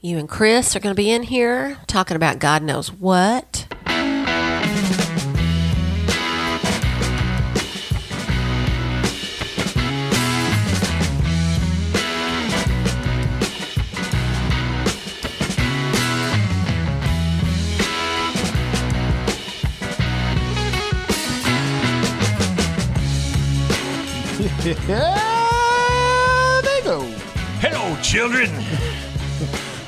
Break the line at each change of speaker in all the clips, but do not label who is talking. You and Chris are going to be in here talking about God knows what.
Yeah, they go.
Hello, children.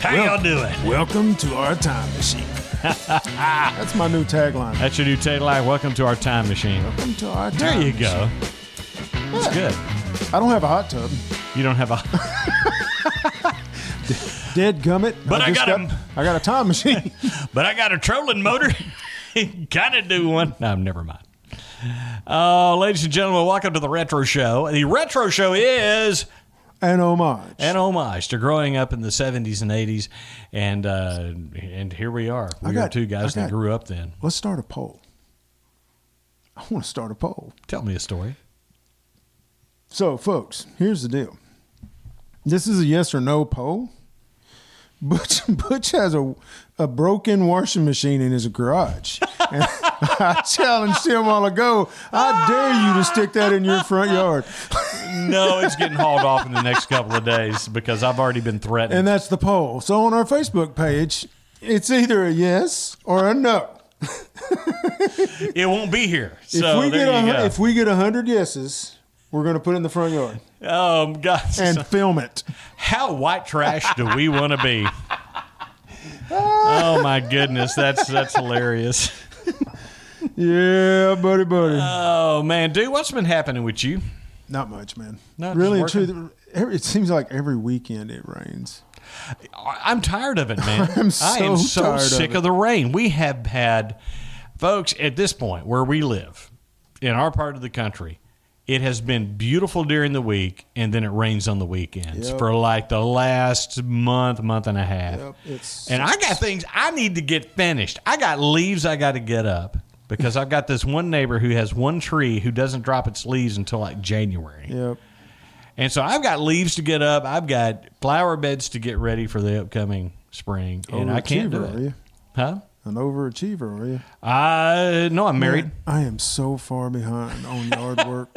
How
Well-
y'all doing?
Welcome to our time machine. That's my new tagline.
That's your new tagline. Welcome to our time machine.
Welcome to our time.
There you
machine.
go. It's good.
I don't have a hot tub.
You don't have a.
Dead gummit.
But I
just
got
got,
'em.
I got a time machine.
But I got a trolling motor. Gotta do one. No, never mind. Uh, ladies and gentlemen, welcome to the Retro Show. The Retro Show is
An homage.
an homage to growing up in the 70s and 80s. And uh, and here we are. We are
got-
two guys
I
that
got-
grew up then.
Let's start a poll. I want to start a poll.
Tell me a story.
So, folks, here's the deal. This is a yes or no poll. Butch, Butch has a, a broken washing machine in his garage. And I challenged him all ago. I dare you to stick that in your front yard.
No, it's getting hauled off in the next couple of days because I've already been threatened.
And that's the poll. So on our Facebook page, it's either a yes or a no.
it won't be here.
If
So
we
there
get a,
you
hun-
go.
if we get a hundred yeses, we're going to put it in the front yard
um, guys,
and film it.
How white trash do we want to be? oh my goodness, that's that's hilarious.
Yeah, buddy, buddy.
Oh man, dude, what's been happening with you?
Not much, man.
Not
really and
just
truly, every- it seems like every weekend it rains.
I- I'm tired of it, man.
I'm
I
so
am so
tired of
sick of,
it.
the rain. We have had folks at this point where we live in our part of the country. It has been beautiful during the week, and then it rains on the weekends
Yep.
for like the last month, month and a half.
Yep, it's-
and I got things I need to get finished. I got leaves I got to get up because I've got this one neighbor who has one tree who doesn't drop its leaves until like January.
Yep.
And so I've got leaves to get up. I've got flower beds to get ready for the upcoming spring, and I can't do
Overachiever,
it.
Are you?
Huh?
An overachiever, are you?
I no, I'm married.
Man, I am so far behind on yard work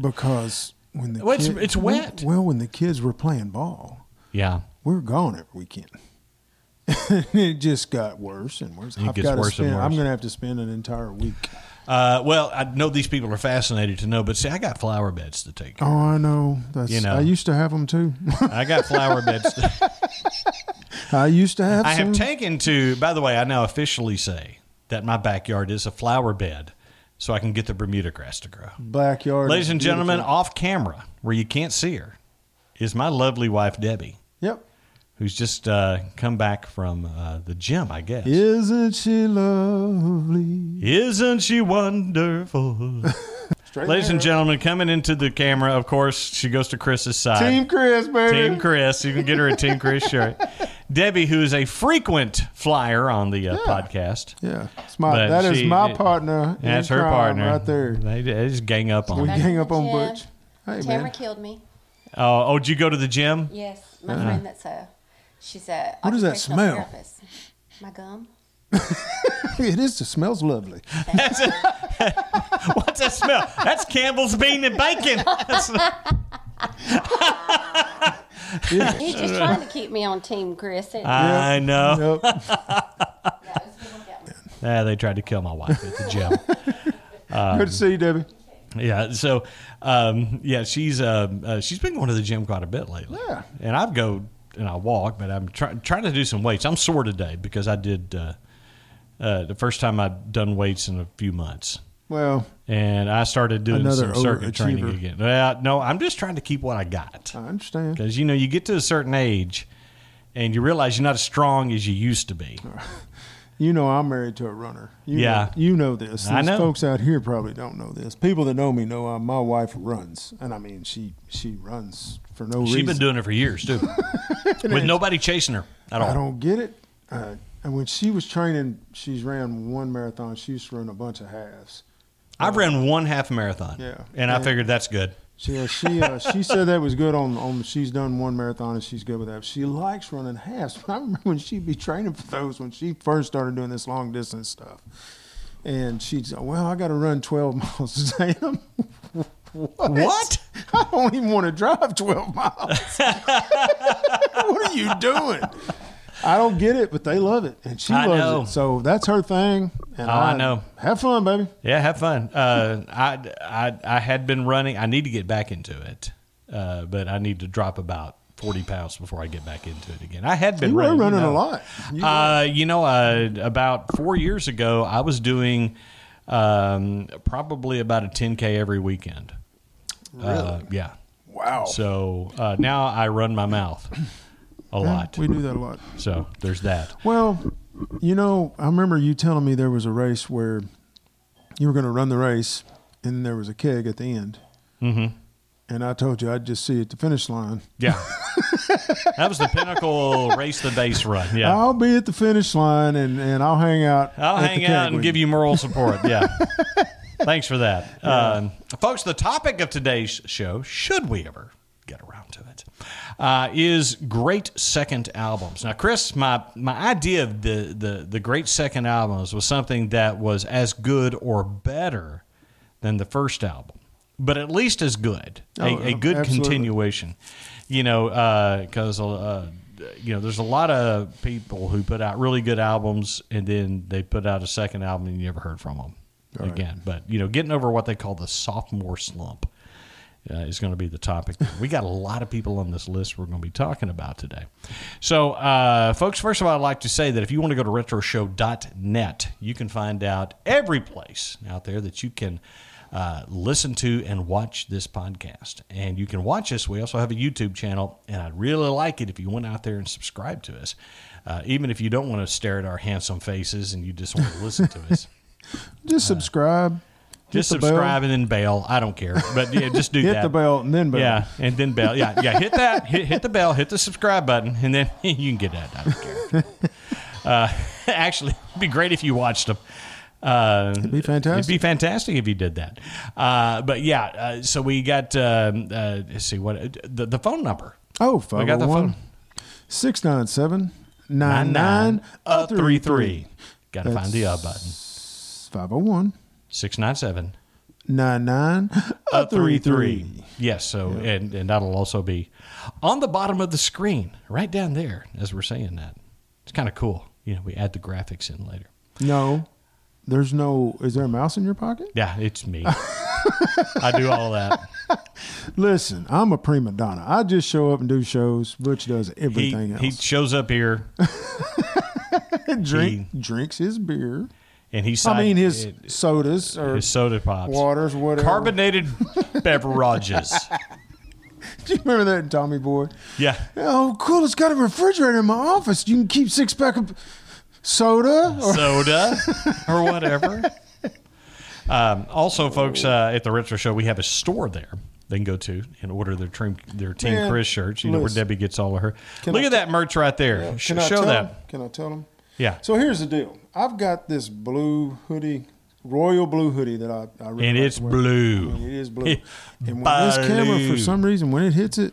because when the
Well, it's-
kid-
it's wet.
Well, when the kids were playing ball,
Yeah,
we were gone every weekend. it just got worse and worse.
It
I've
gets
got to
worse and
spend. I'm
worse.
going to have to spend an entire week.
Uh, well, I know these people are fascinated to know, but see, I got flower beds to take. care
Oh, I know. That's.
You know.
I used to have them too.
of. I got flower beds. To,
I used to have.
I have
some.
taken to. By the way, I now officially say that my backyard is a flower bed, so I can get the Bermuda grass to grow.
backyard.
Ladies and
Beautiful.
gentlemen, off camera, where you can't see her, is my lovely wife Debbie.
Yep.
who's just uh, come back from uh, the gym, I guess.
Isn't she lovely?
Isn't she wonderful? Ladies and gentlemen, coming into the camera, of course, she goes to Chris's side.
Team Chris, baby.
Team Chris. You can get her a Team Chris shirt. Debbie, who is a frequent flyer on the uh, podcast.
Yeah, it's my,
But
that is
she-
my
it-
partner. in
That's her
crime
partner.
right there.
They, they just gang up on
We
her.
Back
gang
at
up
the
on
gym.
Butch. Hey
Tamara
man,
killed me.
Oh, oh, did you go to the gym?
Yes, my friend. That's a. She's a.
Uh-huh. What does that
occupational
smell?
Therapist. My gum.
it is. It smells lovely.
What's that smell? That's Campbell's bean and bacon. That's
He's just trying to keep me on Team Chris. isn't he?
Ah.
I know.
Yep.
Yeah, it's good workout.
Ah, they tried to kill my wife at the gym.
Good to see you, Debbie.
Yeah. So, um, yeah, she's uh, uh, she's been going to the gym quite a bit lately.
Yeah.
And I go and I walk, but I'm try- trying to do some weights. I'm sore today because I did uh, uh, the first time I've done weights in a few months,
Well,
and I started doing
Another
some circuit training
overachiever.
again. Well, no, I'm just trying to keep what I got
I understand.
because you know you get to a certain age, and you realize you're not as strong as you used to be.
You know, I'm married to a runner. You
Yeah.
know, you know this. These
I know.
folks out here probably don't know this. People that know me know I, my wife runs, and I mean she she runs for no
She's
reason.
been doing it for years too, with nobody chasing her at all.
I don't get it. Uh, and when she was training, she's ran one marathon. She used to run a bunch of halves.
I've ran one half marathon.
Yeah.
And I
Yeah.
figured that's good.
She uh, she uh, she said that was good on on she's done one marathon and she's good with that. She likes running halves. I remember when she'd be training for those when she first started doing this long distance stuff, and she'd say, "Well, I got to run twelve miles today." I'm, what?
What?
I don't even want to drive twelve miles. what are you doing? I don't get it, but they love it, and she
I
loves
know.
it. So that's her thing. And
Oh, I know.
Have fun, baby.
Yeah, have fun. Uh, I, I I had been running. I need to get back into it, uh, but I need to drop about forty pounds before I get back into it again. I had been
You were
running,
running
you
a
know.
lot. You-
Uh, you know, uh, about four years ago, I was doing um, probably about a ten k every weekend. Uh, yeah.
wow.
So uh, now I run my mouth a lot.
We do that a lot.
So there's that.
Well, you know, I remember you telling me there was a race where you were going to run the race, and there was a keg at the end. Mm-hmm. And I told you I'd just see you at the finish line.
Yeah. that was the pinnacle race the base run. Yeah.
I'll be at the finish line, and, and I'll hang out.
I'll
at the
hang
keg
out and
with
give you moral support. Yeah. Thanks for that. Um, folks, the topic of today's show, should we ever get around to it, uh, is great second albums. Now, Chris, my, my idea of the, the, the great second albums was something that was as good or better than the first album, but at least as good,
Oh,
a, a good
absolutely.
continuation. You know, because uh, you know, there's a lot of people who put out really good albums and then they put out a second album and you never heard from them again. But you know, getting over what they call the sophomore slump. Uh, is going to be the topic. We got a lot of people on this list we're going to be talking about today. So, uh, folks, first of all, I'd like to say that if you want to go to retroshow.net, you can find out every place out there that you can uh, listen to and watch this podcast. And you can watch us. We also have a YouTube channel, and I'd really like it if you went out there and subscribed to us, uh, even if you don't want to stare at our handsome faces and you just want to listen to us.
you. Just
Uh,
subscribe.
Just
hit the bell.
subscribe and then bail. I don't care, but yeah, just do
Hit
that.
the bell and then bell.
Yeah, and then bell. Yeah, yeah. Hit that. Hit, hit the bell. Hit the subscribe button, and then you can get that. I don't care. Uh, actually, it'd be great if you watched them. Uh, it'd
be fantastic.
It'd be fantastic if you did that. Uh, but yeah, uh, so we got. Um, uh, let's see what the the phone number.
Oh,
We got the phone.
501 697
oh
9933.
Got to find the uh button.
501
Six nine seven.
9933.
Yes, so and, and that'll also be on the bottom of the screen, right down there, as we're saying that. It's kind of cool. You know, we add the graphics in later.
No, there's no. Is there a mouse in your pocket?
Yeah, it's me. I do all that.
Listen, I'm a prima donna. I just show up and do shows. Butch does
He,
everything
he
else.
shows up here
He drink, drinks his beer.
and he
I mean his
it-
sodas or
his soda pops,
waters, whatever.
carbonated beverages.
Do you remember that in Tommy Boy?
Yeah,
Oh, cool! It's got a refrigerator in my office. You can keep six pack of soda. Or,
soda or whatever. Um, also, folks, uh, at the Retro Show, we have a store there. They can go to and order their team, their team
Man,
Chris shirts. You know where
listen.
Debbie gets all of her.
Can
Look
I
at that merch right there. Sh-
Can I
show
tell
that.
Him? Can I tell them?
Yeah.
So here's the deal. I've got this blue hoodie, royal blue hoodie that I, I really
And
like
it's
to wear.
blue.
It is blue.
It-
and when this camera, for
blue.
some reason, when it hits it,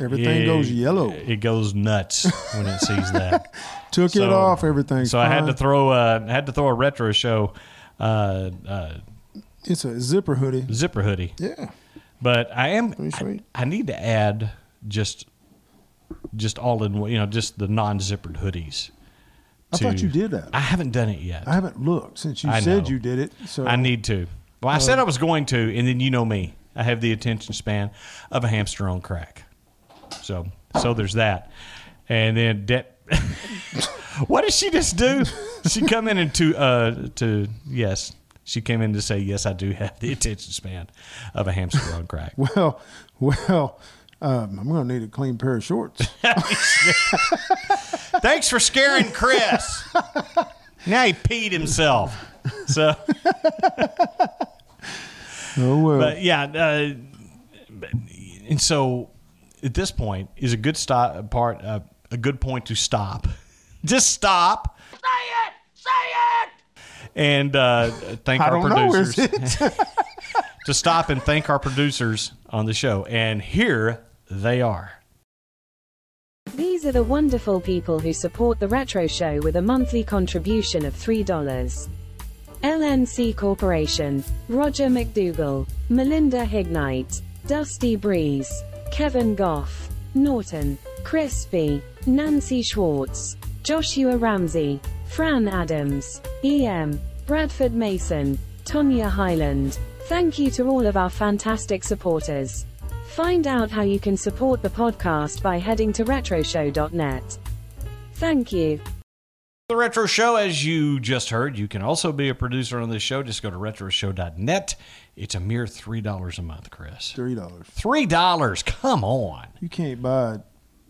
everything
Yeah,
goes yellow.
It goes nuts when it sees that.
Took it
So-
off, everything.
so I had to throw a I had to throw a retro show uh, uh,
it's a zipper hoodie.
zipper hoodie.
Yeah.
But I am.
Pretty
I,
sweet.
I need to add just, just all in one. You know, just the non-zippered hoodies.
I thought
to-
you did that.
I haven't done it yet.
I haven't looked since you
I
said
know.
you did it. So
I need to.
Uh,
Well, I said I was going to, and then you know me. I have the attention span of a hamster on crack. So, so there's that. And then De- what did she just do? She come in and to uh to yes. She came in to say yes, I do have the attention span of a hamster on crack.
Well, well, um, I'm going to need a clean pair of shorts.
Thanks for scaring Chris. now he peed himself. So,
oh well.
but yeah, uh, but- and so at this point is a good stop part, uh, a good point to stop. Just stop. Say it. Say it. And uh, thank
I
our
don't know. Is
producers.
it?
to stop and thank our producers on the show. And here they are.
These are the wonderful people who support the Retro Show with a monthly contribution of $3. LNC Corporation, Roger McDougall, Melinda Hignite, Dusty Breeze, Kevin Goff, Norton, Crispy, Nancy Schwartz, Joshua Ramsey, Fran Adams, EM, Bradford Mason, Tonya Highland. Thank you to all of our fantastic supporters. Find out how you can support the podcast by heading to retroshow.net. Thank you.
The Retro Show, as you just heard, you can also be a producer on this show. Just go to retroshow.net. It's a mere $3 a month, Chris.
Three dollars.
$3. Come on.
You can't buy a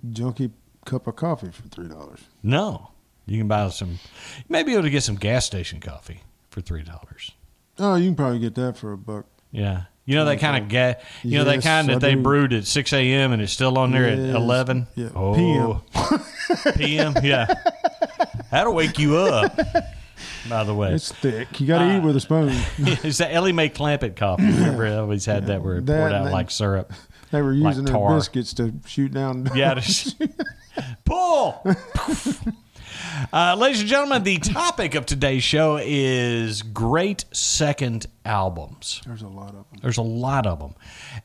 junky cup of coffee for three dollars.
No. You can buy some, you may be able to get some gas station coffee for $3.
Oh, you can probably get that for a buck.
Yeah. You know that kind of ga- you know that
Yes,
kind
I
that they
do.
brewed at six a.m. and it's still on there
Yes.
at eleven.
Yeah.
Oh. p.m. Yeah, that'll wake you up. By the way,
It's thick. You got to eat with a spoon.
it's that Ellie Mae Clampett coffee. Remember, I always had that where it
That-
poured out
that-
like syrup.
They were
Like
using their
tar.
biscuits to shoot down.
Yeah, just pull. uh, ladies and gentlemen, the topic of today's show is great second albums.
There's a lot of them.
There's a lot of them.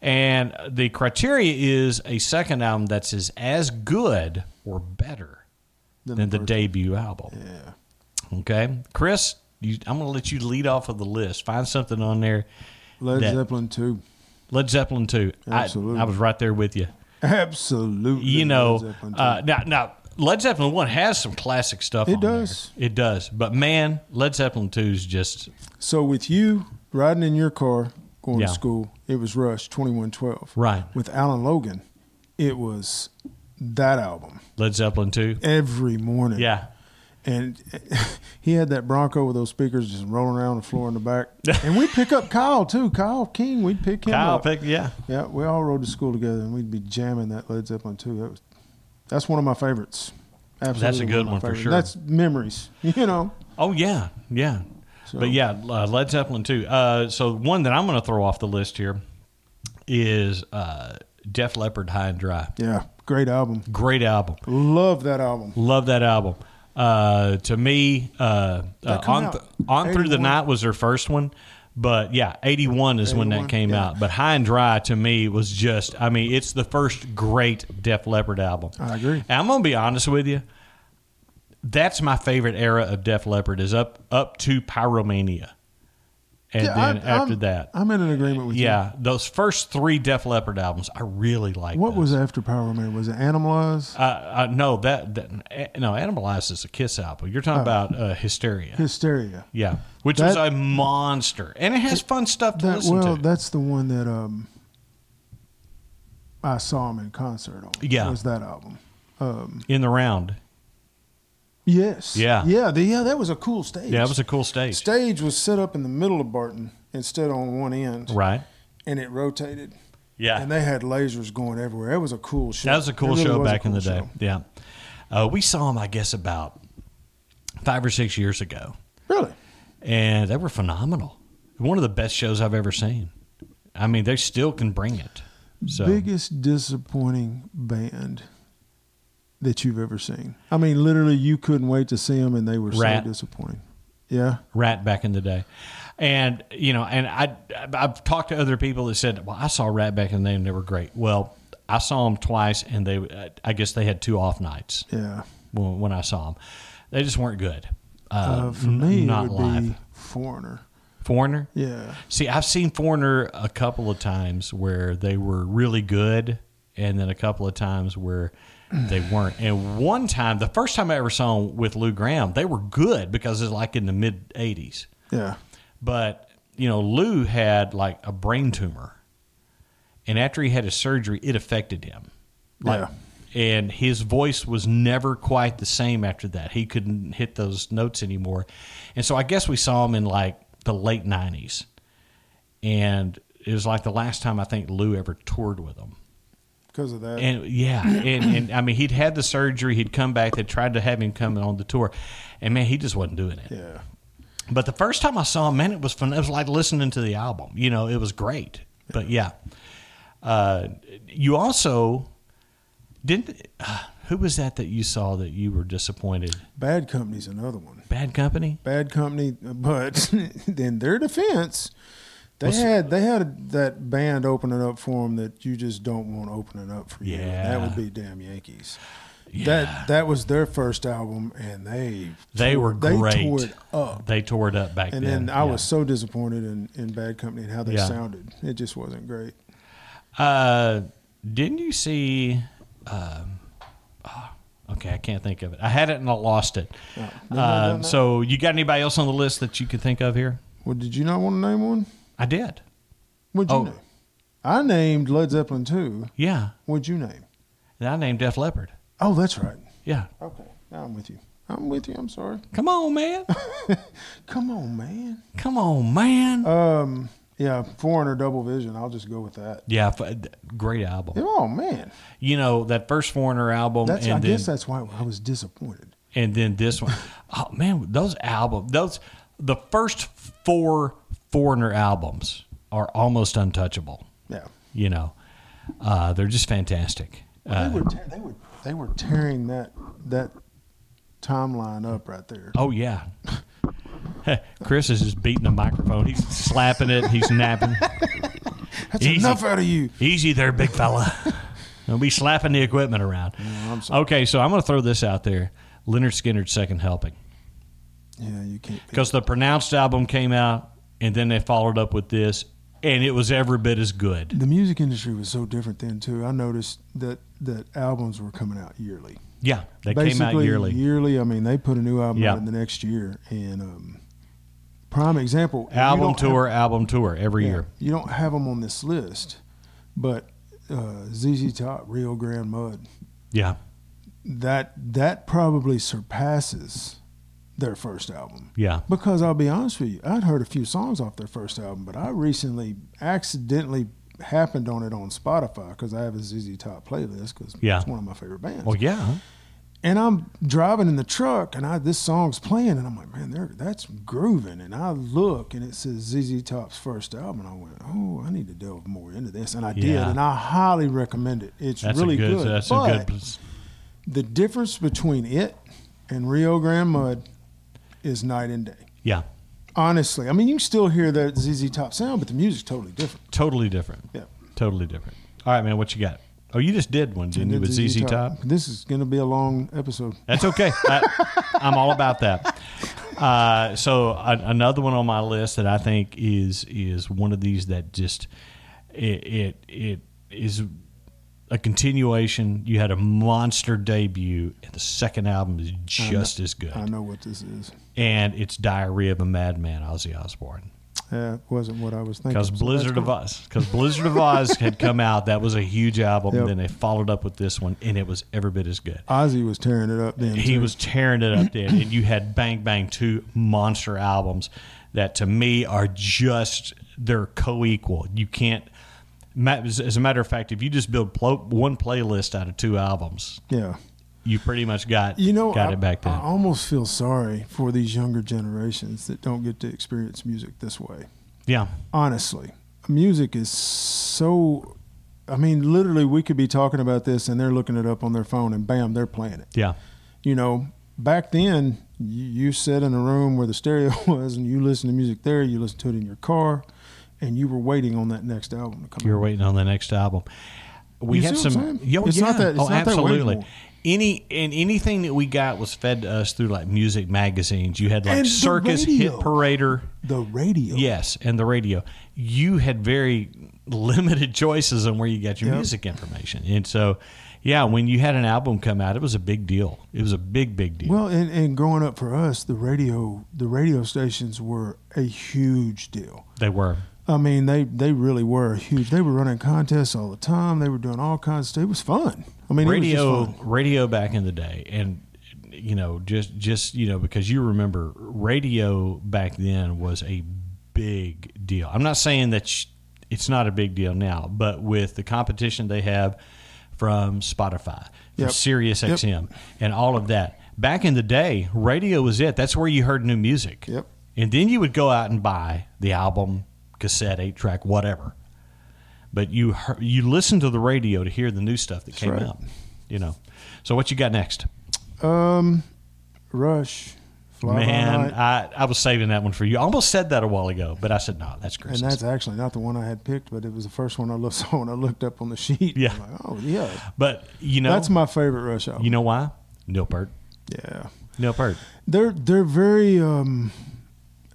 And the criteria is a second album that's is as good or better than, the debut album. Yeah. Okay. Chris, you, I'm going to let you lead off of the list. Find something on there.
Led
that-
Zeppelin too.
Led Zeppelin 2. I-
Absolutely.
I, was right there with you.
Absolutely.
You
Led
know,
Zeppelin
uh,
II.
now, now, Led Zeppelin 1 has some classic stuff
It
on there.
does.
It does. But man, Led Zeppelin 2 is just,
so with you riding in your car going
Yeah.
to school, it was Rush twenty one twelve.
Right.
With Alan Logan, it was that album
Led Zeppelin 2.
every morning.
Yeah.
and he had that Bronco with those speakers just rolling around the floor in the back. And we pick up Kyle too. Kyle King, we'd pick him
Kyle
up.
pick, yeah.
yeah, we all rode to school together, and we'd be jamming that Led Zeppelin too. That was that's one of my favorites. Absolutely,
That's a good
of my
one for
favorites.
sure.
That's memories, you know.
Oh yeah, yeah. But yeah, uh, Led Zeppelin too. Uh, so one that I'm going to throw off the list here is uh, Def Leppard High and Dry.
Yeah, great album.
Great album.
Love that album.
Love that album. Uh, to me, uh, uh,
come
on
out
th- on through the
81?
night was their first one. But yeah, 81 is when
81,
that came
yeah.
out. But High and Dry to me was just, I mean, it's the first great Def Leppard album.
I agree.
And I'm going to be honest with you. That's my favorite era of Def Leppard is up up to Pyromania. And
Yeah,
then
I'm-
after
I'm-
that.
I'm in an agreement with you.
yeah, those first three Def Leppard albums, I really like.
What was after Power Man? Was it Animalize?
Uh, uh, no, that, that eh, no, Animalize is a Kiss album. You're talking about uh, Hysteria.
Hysteria.
Yeah, which
Oh. Hmm. That-
was a monster, and it has fun stuff to
That
listen
well,
to.
that's the one that um I saw him in concert on.
Yeah.
was that album? Um,
in the round,
Yes.
Yeah.
Yeah. The, yeah. That was a cool stage.
yeah, it was a cool stage,
stage was set up in the middle of Barton instead on one end,
right?
and it rotated,
Yeah,
and they had lasers going everywhere. That was a cool show.
That was a
It
cool
really
show
was a
back in
cool
the day.
show.
Yeah. Uh, we saw them, I guess, about five or six years ago,
Really?
and they were phenomenal. One of the best shows I've ever seen. I mean, they still can bring it. So,
Biggest disappointing band that you've ever seen. I mean, literally, you couldn't wait to see them, and they were
Rat.
so disappointing. Yeah.
Rat back in the day. And you know, and I I've talked to other people that said, "Well, I saw Rat back in the day and they were great." Well, I saw them twice, and they I guess they had two off nights
Yeah.
when, when I saw them. They just weren't good.
Uh, for me,
not
it would
live.
be Foreigner.
Foreigner.
Yeah.
See, I've seen Foreigner a couple of times where they were really good, and then a couple of times where they weren't. And one time, the first time I ever saw them with Lou Graham, they were good because it's like in the mid '80s.
Yeah.
But you know, Lou had like a brain tumor, and after he had his surgery, it affected him. Like, And his voice was never quite the same after that. He couldn't hit those notes anymore, and so I guess we saw him in like the late '90s, and it was like the last time I think Lou ever toured with him.
Because of that.
And yeah, and, and I mean, he'd had the surgery. He'd come back. They tried to have him come on the tour, and man, he just wasn't doing it.
yeah.
But the first time I saw him, man, it was fun. It was like listening to the album. You know, it was great. But yeah, uh, you also didn't. Uh, who was that that you saw that you were disappointed?
Bad Company's another one.
Bad Company.
Bad Company, but in their defense, they had they had that band opening up for them that you just don't want opening up for you. and That
Yeah.
would be Damn Yankees. That that was their first album, and they
They
tore-
were great.
They tore it up.
They tore it up back
And
then.
then I
yeah.
was so disappointed in, in Bad Company and how they
Yeah.
sounded. It just wasn't great.
Uh, didn't you see? Um, oh, okay, I can't think of it. I had it and I lost it. uh, So, you got anybody else on the list that you can think of here?
Well, did you not want to name one?
I did.
What'd you
Oh.
name? I named Led Zeppelin too.
Yeah,
What'd you name?
and I named Def Leppard.
Oh, that's right.
Yeah,
Okay, now I'm with you. I'm with you. I'm sorry.
come on, man.
Come on, man.
come on, man.
Um, yeah, foreigner double vision. I'll just go with that.
yeah, f- d- great album.
Oh man,
You know that first Foreigner album,
that's.
and
I
then
guess that's why I was disappointed.
and then this one. Oh man, those albums, those the first four Foreigner albums are almost untouchable.
Yeah,
you know uh, they're just fantastic uh,
they were tear they were they were tearing that that timeline up right there.
oh yeah chris is just beating the microphone he's slapping it he's napping
That's
easy.
enough out of you.
easy there big fella don't be slapping the equipment around
I'm sorry.
okay so i'm going to throw this out there leonard skinner's second helping
Yeah, you can't. Be,
because the pronounced album came out and then they followed up with this and it was every bit as good
the music industry was so different then too. I noticed that that albums were coming out yearly.
yeah they
Basically,
came out yearly
I mean, they put a new album
Yeah.
out in the next year, and um, prime example you
album
don't have-
tour album tour every
Yeah,
year
You don't have them on this list, but uh, ZZ Top, Rio Grande Mud,
yeah
that that probably surpasses their first album.
yeah
Because I'll be honest with you, I'd heard a few songs off their first album, but I recently accidentally happened on it on Spotify because I have a ZZ Top playlist because
Yeah.
it's one of my favorite bands.
well yeah
And I'm driving in the truck, and I this song's playing, and I'm like, man, there, that's grooving. And I look, and it says ZZ Top's first album. And I went, oh, I need to delve more into this, and I did,
Yeah.
and I highly recommend it. It's
that's
really
a good,
good.
that's
but
a good
the difference between it and Rio Grande Mud is night and day.
yeah
Honestly, I mean, you can still hear that ZZ Top sound, but the music's totally different.
Totally different.
Yeah.
Totally different. All right, man. What you got? Oh, you just did one, didn't you? With ZZ Top.
This is going to be a long episode.
That's okay. I, I'm all about that. Uh, so a, another one on my list that I think is is one of these that just it it, it is a continuation. You had a monster debut, and the second album is just as
I
good.
know what this is.
And it's Diarrhea of a Madman, Ozzy Osbourne.
Yeah, it wasn't what I was thinking.
Because
so that's
Blizzard of Oz, because Blizzard of Oz had come out, that was a huge album.
Yep.
And then they followed up with this one, and it was every bit as good.
Ozzy was tearing it up then.
He
too.
was tearing it up then, and you had Bang Bang two monster albums that to me are just they're co-equal. You can't. ma- As as a matter of fact, if you just build plo- one playlist out of two albums,
yeah.
you pretty much got
You know,
got
I,
it back then.
I almost feel sorry for these younger generations that don't get to experience music this way.
yeah,
Honestly, music is so. I mean, literally, we could be talking about this and they're looking it up on their phone, and bam, they're playing it.
yeah,
You know, back then, you, you sat in a room where the stereo was, and you listened to music there. You listened to it in your car, and you were waiting on that next album to come.
You're
out.
waiting on the next album. We
You
have
see what I'm
some.
saying? It's not that- it's
oh,
not that way
absolutely.
anymore.
any and anything that we got was fed to us through like music magazines. You had like
And the
Circus, Hit
radio.
Parader,
The radio.
yes, and the radio. You had very limited choices on where you got your music information, and so yeah, when you had an album come out, it was a big deal. It was a big, big deal.
Well, and, and growing up for us, the radio the radio stations were a huge deal.
they were.
I mean, they they really were huge. They were running contests all the time. They were doing all kinds of stuff. It was fun. I mean, it
radio
was just fun.
radio back in the day and you know just just you know because you remember radio back then was a big deal i'm not saying that sh- it's not a big deal now but with the competition they have from spotify from
Yep.
sirius
Yep.
xm and all of that back in the day radio was it that's where you heard new music
Yep.
And then you would go out and buy the album, cassette, eight track, whatever. But you hear- you listen to the radio to hear the new stuff that came
right.
out. You know. So what you got next?
Um, Rush, Fly By
Man,
Night.
I, I was saving that one for you. I almost said that a while ago, but I said no. That's
and
Chris's.
that's actually not the one I had picked, but it was the first one I looked saw when I looked up on the sheet.
Yeah.
I'm like, oh yeah,
but you know,
that's my favorite Rush album.
you know why? Nilpert.
yeah,
Nilpert.
they're they're very um,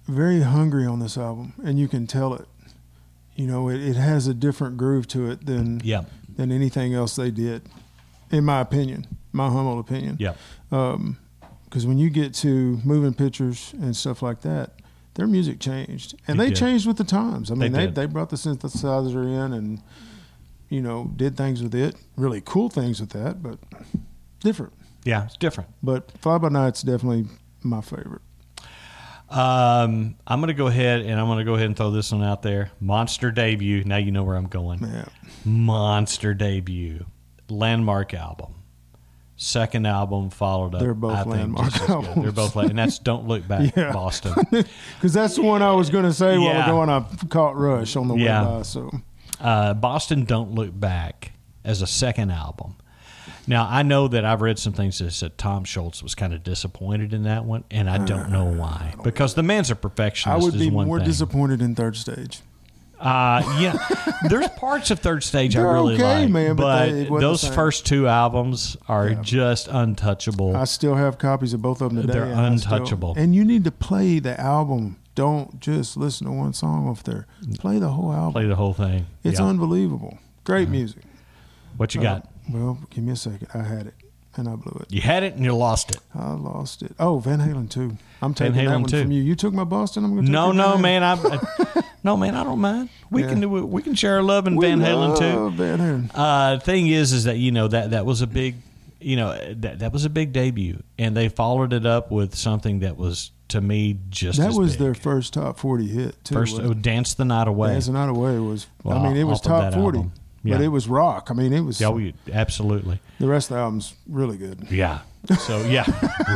very hungry on this album, and you can tell it. You know, it, it has a different groove to it than
Yeah.
than anything else they did, in my opinion, my humble opinion.
Yeah.
because when you get to moving pictures and stuff like that, their music changed, and
It
they
did.
changed with the times. I mean,
They
they,
did.
they brought the synthesizer in and you know did things with it, really cool things with that, but different.
Yeah. It's different.
But Fly By Night's definitely my favorite.
Um, I'm going to go ahead and I'm going to go ahead and throw this one out there. Monster debut. Now you know where I'm going.
Yeah,
Monster debut. Landmark album. Second album followed up.
They're both
I think,
landmark
just as good. They're
albums.
both, la- and that's Don't Look Back,
Yeah.
Boston.
because that's the one I was going to say
Yeah.
while I I caught Rush on the
Yeah.
way by. So
uh, Boston Don't Look Back as a second album. Now I know that I've read some things that said Tom Schultz was kind of disappointed in that one, and I don't know why. Because the man's a
Uh, I
perfectionist.
would
is
be
one
more
thing.
disappointed in Third Stage.
Uh, yeah, there's parts of Third Stage I
They're
really
okay,
like,
man, but
but,
they- it wasn't
those
the same.
first two albums are just untouchable.
I still have copies of both of them today.
They're
and I still-
untouchable.
and you need to play the album. Don't just listen to one song off there. Play the whole album.
Play the whole thing.
it's Uh,
Yeah.
unbelievable. Great music.
What you got?
Well, give me a second. I had it and I blew it.
You had it and you lost it.
I lost it. Oh, Van Halen too. I'm taking
Halen
that one
too.
from you. You took my Boston. I'm going to
No, no, man. I, no, man. I don't mind. We
Yeah.
can do it. We can share our love in Van Halen too.
Van Halen.
Uh, thing is, is that you know that that was a big, you know that that was a big debut, and they followed it up with something that was to me just
That
as
was
big.
their first top 40 hit too.
first
wasn't
oh,
it?
dance the night away.
Dancing Out Away was.
Well,
I mean, it was
off of
top
that
40,
album. Yeah.
but it was rock. I mean, it was.
Yeah, we, absolutely.
the rest of the album's really good.
Yeah. So yeah,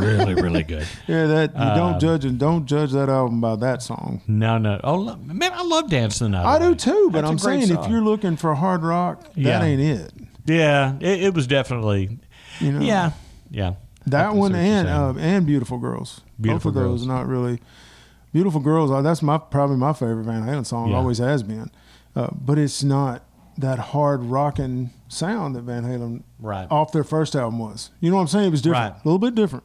really, really good.
Yeah, that you
uh,
don't judge and don't judge that album by that song.
No, no. Oh lo- man, I love dancing. the Night
I do
Away.
too, but
That's a
I'm
great
saying if
song.
you're looking for hard rock, that
Yeah.
ain't it.
yeah, it, it was definitely,
You know,
yeah, yeah. I
that
see
one
what you're
and
saying.
uh, and Beautiful Girls.
Beautiful
Both of those,
Girls.
not really. Beautiful Girls. uh, That's my probably my favorite Van Halen song.
Yeah.
Always has been, uh, but it's not that hard rocking sound that Van Halen
Right.
off their first album was. You know what I'm saying? It was different, a
Right.
little bit different.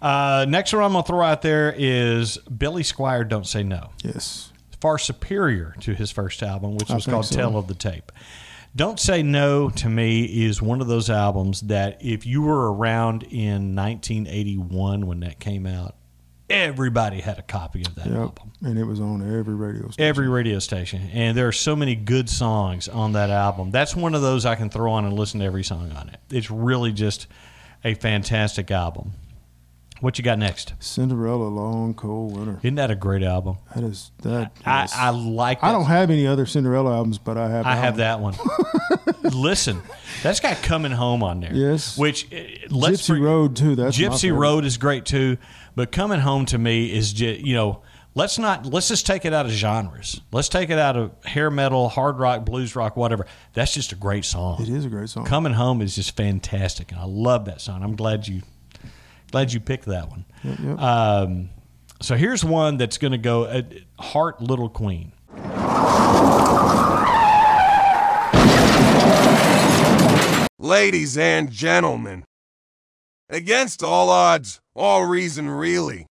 Uh, next one I'm gonna throw out there is Billy Squire. Don't say no.
Yes,
Far superior to his first album, which
I
was
think
called
so.
Tell of the Tape. Don't say no to me is one of those albums that if you were around in 1981 when that came out, everybody had a copy of that
yep.
album.
And it was on every radio station.
every radio station and there are so many good songs on that album that's one of those i can throw on and listen to every song on it it's really just a fantastic album what you got next
Cinderella, Long Cold Winter.
isn't that a great album
That is that. is-
i, I like that.
I don't have any other Cinderella albums, but I have.
I
that
have
one.
that one. Listen, that's got coming home on there.
Yes.
which eh, let's
Gypsy Road, too, that's my
Gypsy
favorite.
Road is great too, but coming home to me is just you know let's not let's just take it out of genres. Let's take it out of hair metal, hard rock, blues rock, whatever. That's just a great song.
It is a great song.
Coming home is just fantastic, and I love that song. I'm glad you glad you picked that one.
yep.
Um, so here's one that's going to go uh, Heart Little Queen.
Ladies and gentlemen, against all odds, all reason really,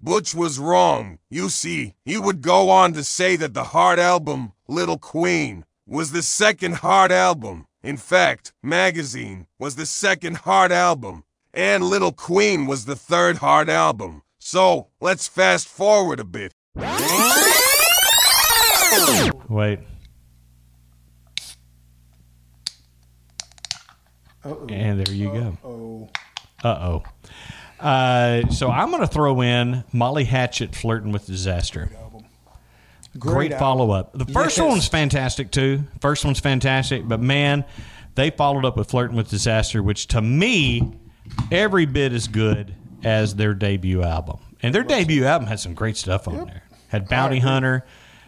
Butch was wrong. You see, he would go on to say that the Heart album, Little Queen, was the second Heart album. In fact, Magazine was the second Heart album, and Little Queen was the third Heart album. So, let's fast forward a bit.
Wait. And there you go.
Oh,
Uh oh. Uh, so I'm going to throw in Molly Hatchet flirting with disaster. Great, follow up. The first
Yes.
one's fantastic too. First one's fantastic, but man, they followed up with flirting with disaster, which to me, every bit as good as their debut album. And their debut album had some great stuff on there. Had Bounty Hunter,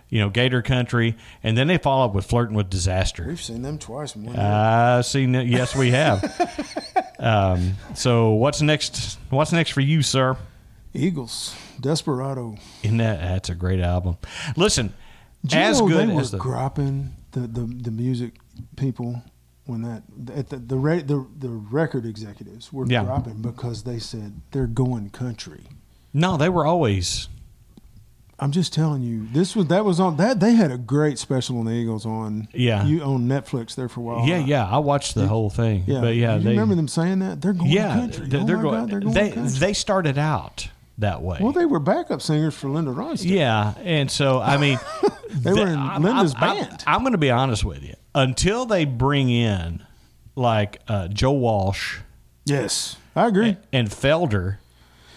you know, Gator Country, and then they follow up with Flirting with Disaster.
We've seen them twice. In one year.
I seen that. Uh, Yes, we have. um, so what's next? What's next for you, sir?
Eagles, Desperado.
In that, that's a great album. Listen,
Do you
as
know
good
they were
as the
gropping the, the, the music people when that at the the, re, the the record executives were
Yeah.
gropping because they said they're going country.
no, they were always
I'm just telling you, this was that was on that they had a great special on the Eagles on
Yeah.
you on Netflix there for a while.
yeah, yeah. I watched the whole thing,
Oh, yeah.
but yeah,
you
they
remember them saying that they're going
yeah
country.
they-
oh
they're
my
going.
God, they're going
they
country.
they started out that way.
well, they were backup singers for Linda Ronstadt.
Yeah, and so I mean,
They were in Linda's band.
I'm, going to be honest with you. Until they bring in like uh, Joe Walsh
Yes, I agree.
and Felder,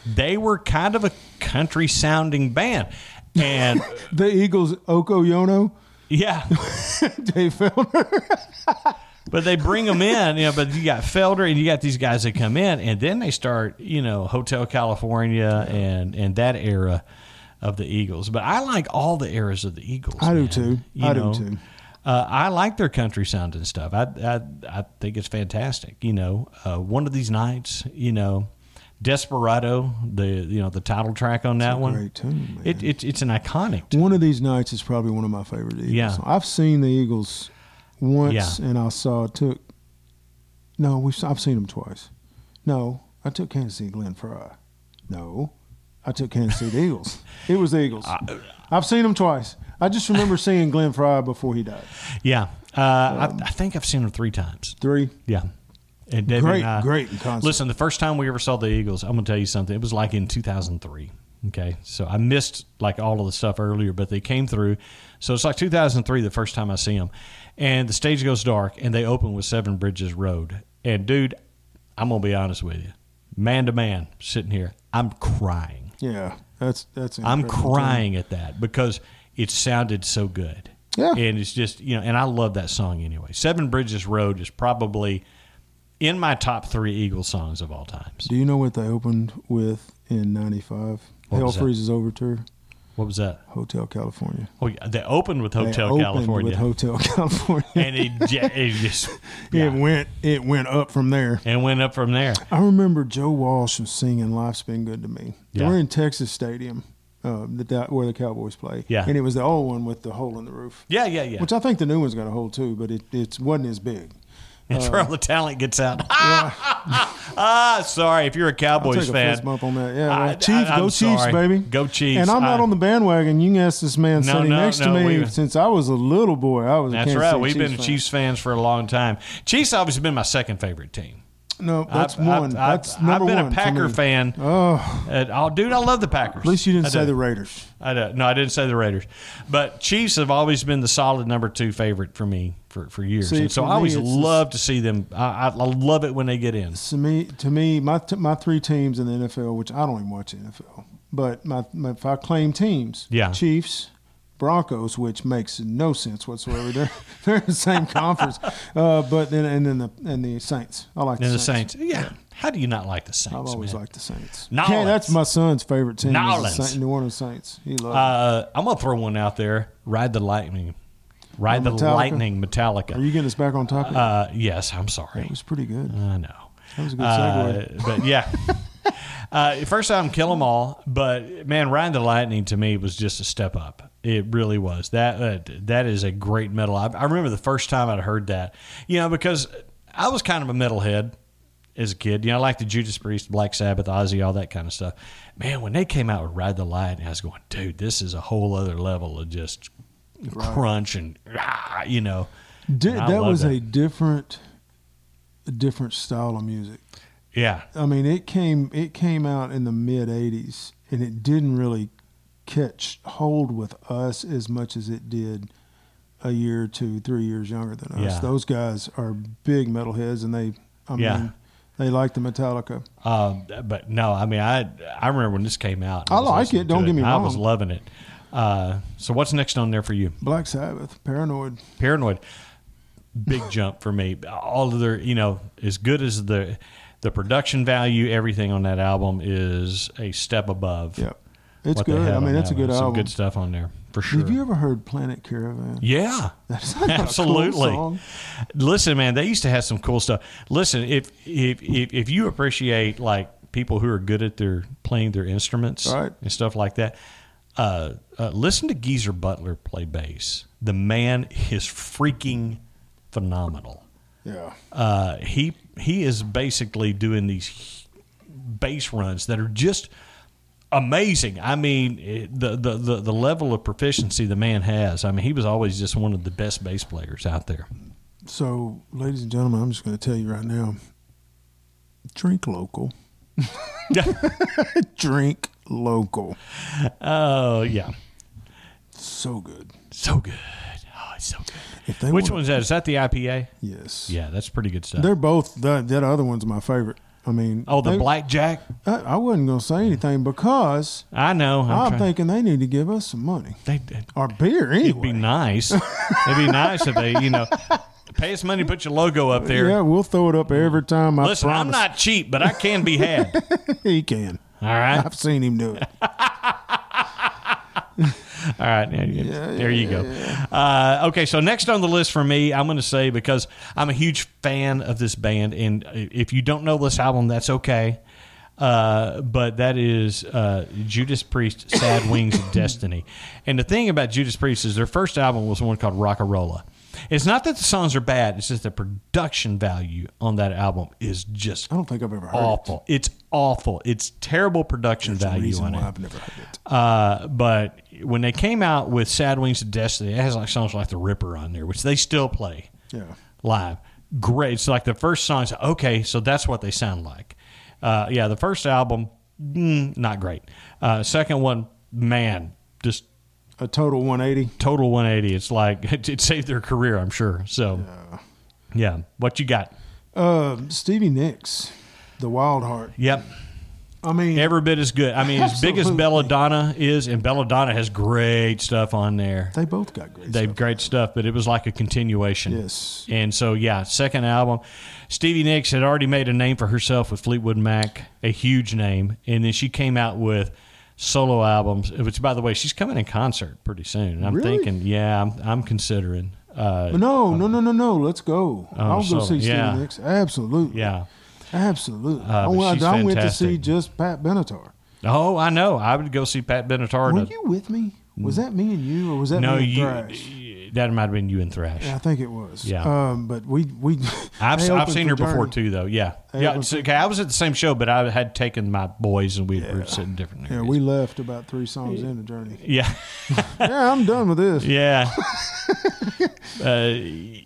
they were kind of a country sounding band, and
The Eagles, Oko Yono,
yeah,
Dave Felder.
but they bring them in, you know. But you got Felder and you got these guys that come in, and then they start, you know, Hotel California and and that era of the Eagles. But I like all the eras of the Eagles.
I do
man.
too.
You
I do
know,
too.
Uh, I like their country sound and stuff. I I, I think it's fantastic. You know, uh, one of these nights, you know, Desperado, the you know the title track on that one,
Great tune, man.
it, it it's an iconic.
One of these nights is probably one of my favorite Eagles.
Yeah.
songs. I've seen the Eagles once,
Yeah.
and I saw took. No, we've I've seen them twice. No, I took Kansas City Glenn Fry. No, I took Kansas City Eagles. It was the Eagles.
Uh,
I've seen them twice. I just remember seeing Glenn Fry before he died.
Yeah, uh, I, I think I've seen them three times.
Three.
Yeah. And Debbie
Great,
and I-
great in concert.
Listen, the first time we ever saw the Eagles, I'm going to tell you something. It was like in 2003. Okay. So I missed like all of the stuff earlier, but they came through. So it's like 2003, the first time I see them. And the stage goes dark and they open with Seven Bridges Road. And dude, I'm going to be honest with you. Man to man, sitting here, I'm crying.
Yeah, that's that's. an
I'm
incredible
crying at that because it sounded so good.
Yeah.
And it's just, you know, and I love that song anyway. Seven Bridges Road is probably in my top three Eagles songs of all times.
tune. Do you know what they opened with in '95?
What
Hell
was that?
freezes over tour.
What was that?
Hotel California.
Oh, yeah. They opened with
They
Hotel
opened
California.
with Hotel California.
and it, ja- it just
It
yeah.
went it went up from there.
and went up from there.
I remember Joe Walsh was singing "Life's Been Good to Me."
Yeah.
They were in Texas Stadium, uh, that, that where the Cowboys play.
Yeah.
and it was the old one with the hole in the roof,
Yeah, yeah, yeah.
which I think the new one's got a hole too, but it it wasn't as big.
That's
uh,
where all the talent gets out. ah, sorry. If you're a
I'll
Cowboys
take a
fan,
fist bump on that. Yeah,
I-
well, Chiefs,
I- I'm
go Chiefs,
sorry.
baby,
Go Chiefs.
And I'm not
I-
on the bandwagon. You can ask this man
No,
sitting
no,
next
no,
to me
we-
since I was a little boy. I was. a
That's
Kansas
right.
City
We've been
fan.
Chiefs fans for a long time. Chiefs obviously been my second favorite team.
No, that's
I've- I've-
one.
I've-
that's
I've
number
been a
one for
Packer
me.
fan.
Oh,
Uh, oh, dude, I love the Packers.
at least you didn't
I
say
do.
the Raiders.
I do. No, I didn't say the Raiders, but Chiefs have always been the solid number two favorite for me for, for years.
See,
and so
for
I
me,
always
it's
love to see them. I, I, I love it when they get in.
to me, to me, my t- my three teams in the NFL, which I don't even watch the NFL, but my, my if I claim teams,
Yeah.
Chiefs, Broncos, which makes no sense whatsoever. They're they're in the same conference, uh, but then and then the and the Saints. I like
And
the,
the Saints, yeah. How do you not like the Saints?
I've always
man?
liked the Saints.
Nolans.
Yeah, that's my son's favorite team. is The
Nolans.
Saint, New Orleans Saints. He loves.
Uh, I'm gonna throw one out there. Ride the lightning. Ride
Uh,
the
Metallica?
lightning,
it. Are
Metallica.
you getting us back on topic?
Uh, yes, I'm sorry.
it was pretty good.
I know.
That was a good segue.
Uh, but yeah. Uh, first album, Kill 'Em All, but man, Ride the Lightning to me was just a step up. It really was. That uh, that is a great metal. I, I remember the first time I'd heard that, you know, because I was kind of a metalhead as a kid. You know, I liked the Judas Priest, Black Sabbath, Ozzy, all that kind of stuff. Man, when they came out with Ride the Lightning, I was going, dude, this is a whole other level of just crunch and ah, you know.
Di-
And I
that
love
was
that.
a different, a different style of music.
Yeah,
I mean, it came it came out in the mid '80s, and it didn't really catch hold with us as much as it did a year, two, three years younger than us.
Yeah.
Those guys are big metalheads, and they, I
Yeah.
mean, they like the Metallica.
Um, but no, I mean, I I remember when this came out.
I
was
like
listening
it, don't
to
get me
and I was
wrong.
loving it. Uh, so what's next on there for you?
Black Sabbath, Paranoid.
Paranoid, big jump for me. All of their, you know, as good as the The production value, everything on that album is a step above.
Yeah, it's
what they
good.
had
I
on
mean, it's
that
a good
one. Some
album.
good stuff on there for sure.
Have you ever heard Planet Caravan?
yeah,
That's not a cool
absolutely.
song.
Listen, man, they used to have some cool stuff. Listen, if if if, if you appreciate like people who are good at their playing their instruments
Right.
and stuff like that, uh, uh, listen to Geezer Butler play bass. The man is freaking phenomenal.
Yeah.
Uh, he he is basically doing these base runs that are just amazing. I mean, it, the, the the the level of proficiency the man has. I mean, he was always just one of the best bass players out there.
So, ladies and gentlemen, I'm just going to tell you right now drink local. drink local.
Oh yeah,
So good.
so good. Oh, it's so good.
If they
Which
wanna-
one's that? Is that the IPA?
Yes.
Yeah, that's pretty good stuff.
They're both, that, that other one's my favorite. I mean,
oh, the
they-
blackjack.
I, I wasn't going to say anything because
I know. I'm,
I'm,
trying-
thinking they need to give us some money
They, they-
or beer
it'd
anyway.
be nice. it'd be nice if they, you know, pay us money, put your logo up there.
Yeah, we'll throw it up every time. I
Listen, I'm
promise.
not cheap, but I can be had.
He can.
All right.
I've seen him do it.
All right, there you, there you go. Uh, okay, so next on the list for me, I'm going to say because I'm a huge fan of this band, and if you don't know this album, that's okay. Uh, but that is uh, Judas Priest, "Sad Wings of Destiny," and the thing about Judas Priest is their first album was one called Rockarola. It's not that the songs are bad; it's just the production value on that album is just
I don't think I've ever heard it.
awful. It's awful. It's terrible production
There's a
value
reason
on
why
it.
I've never heard it.
Uh, but when they came out with Sad Wings of Destiny, it has like songs like The Ripper on there, which they still play
Yeah.
live. Great. It's like the first song's okay, so that's what they sound like. Uh, yeah, the first album, mm, not great. Uh, second one, man, just
A total 180.
total 180. It's like it, it saved their career, I'm sure. So, yeah. What you got?
Uh, Stevie Nicks, The Wild Heart.
Yep.
I mean,
Every bit as good. I mean, as big as
Absolutely.
Belladonna is, and Belladonna has great stuff on there.
they both got great.
They've
stuff.
great stuff, but it was like a continuation.
Yes.
And so, yeah, second album. Stevie Nicks had already made a name for herself with Fleetwood Mac, a huge name. And then she came out with solo albums, which, by the way, she's coming in concert pretty soon. I'm
Really?
thinking, yeah, I'm, I'm considering. Uh,
But no, no, no, no, no. Let's go. I'll go
Oh, so-
see Stevie
yeah.
Nicks. Absolutely.
yeah.
Absolutely.
Uh,
I,
but
went,
she's
I went to
fantastic.
see just Pat Benatar.
Oh, I know. I would go see Pat Benatar.
Were
to-
you with me? Was that me and you, or was that
no,
me and
you.
Thrash?
That might have been you and Thrash.
Yeah, I think it was.
Yeah.
Um, but we we.
I've,
they
I've
opened
seen
for
her before
Journey.
too, though. Yeah,
They
yeah.
opened
so-
for-
okay, I was at the same show, but I had taken my boys and we were sitting different.
Yeah,
areas.
we left about three songs in the journey.
Yeah,
Yeah, I'm done with this.
yeah, uh,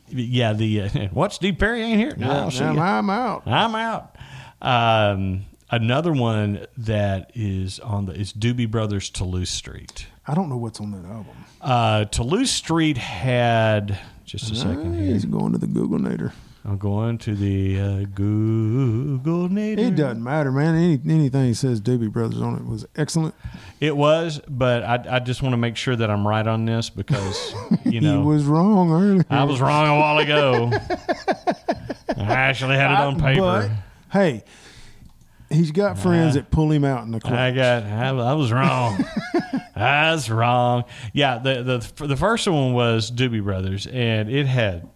yeah. The uh, what Steve Perry ain't here. No, I'll see
Damn,
ya.
I'm out.
I'm out. Um, another one that is on the is Doobie Brothers Toulouse Street.
I don't know what's on that album.
Uh, Toulouse Street had just a second here.
He's going to the Google Nader.
I'm going to the uh, Google Nader.
It doesn't matter, man. Any, anything that says Doobie Brothers on it was excellent.
It was, but I, I just want to make sure that I'm right on this because you know
he was wrong earlier.
I was wrong a while ago. I actually had it on
But
paper.
hey, he's got friends that pull him out in the club.
I got I, I was wrong. I was wrong. Yeah, the the the first one was Doobie Brothers, and it had.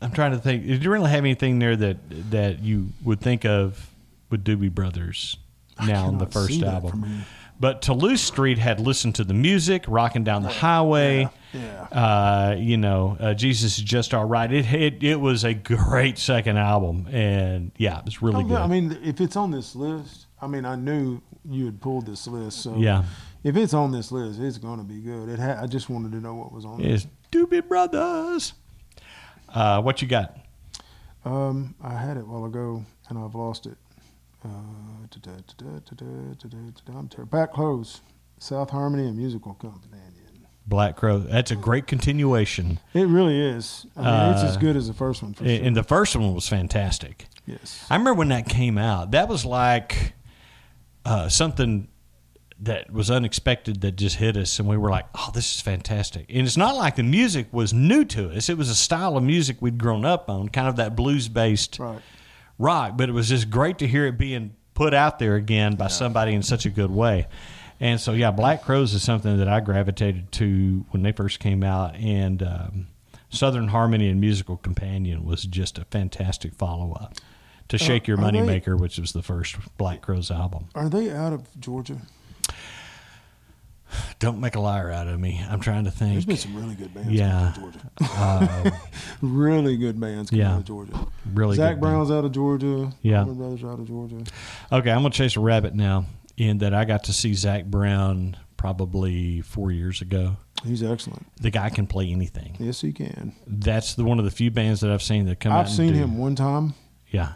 I'm trying to think. Did you really have anything there that that you would think of with Doobie Brothers now in the
cannot see
first
that
album?
from here.
But Toulouse Street had listened to the music, rocking down the highway.
yeah.
Uh, you know, uh, Jesus is just all right. It, it it was a great second album, and yeah, it was really
Oh,
good.
I mean, if it's on this list, I mean, I knew you had pulled this list. So
Yeah.
if it's on this list, it's going to be good. It ha- I just wanted to know what was on it.
is Doobie Brothers. Uh, what you got?
Um, I had it while ago and I've lost it. Uh, da-da, da-da, da-da, da-da, da-da. I'm terrible. Back close. South Harmony and Musical Companion.
Black Crow. That's a great continuation.
It really is. I mean, it's
Uh,
as good as the first one for sure.
And the first one was fantastic.
yes.
I remember when that came out. That was like uh, something that was unexpected that just hit us, and we were like, "Oh, this is fantastic!" And it's not like the music was new to us; it was a style of music we'd grown up on, kind of that blues-based
Right.
rock, but it was just great to hear it being put out there again by somebody in such a good way. And so, yeah, Black Crows is something that I gravitated to when they first came out, and um, Southern Harmony and Musical Companion was just a fantastic follow up
Oh,
to Shake Your
are they-
Moneymaker, which was the first Black Crows album.
Are they out of Georgia?
Don't make a liar out of me. I'm trying to
There's
think.
been some really good bands
Yeah. uh,
out of Georgia. really good bands come
yeah.
out of Georgia.
Really
Zach
good
Brown's out of Georgia.
Yeah.
Allman Brothers are out of Georgia.
Okay, I'm gonna chase a rabbit now. In that I got to see Zach Brown probably four years ago.
He's excellent.
The guy can play anything.
Yes, he can.
That's the one of the few bands that I've seen that come out.
I've
and
seen
do-
him one time
Yeah,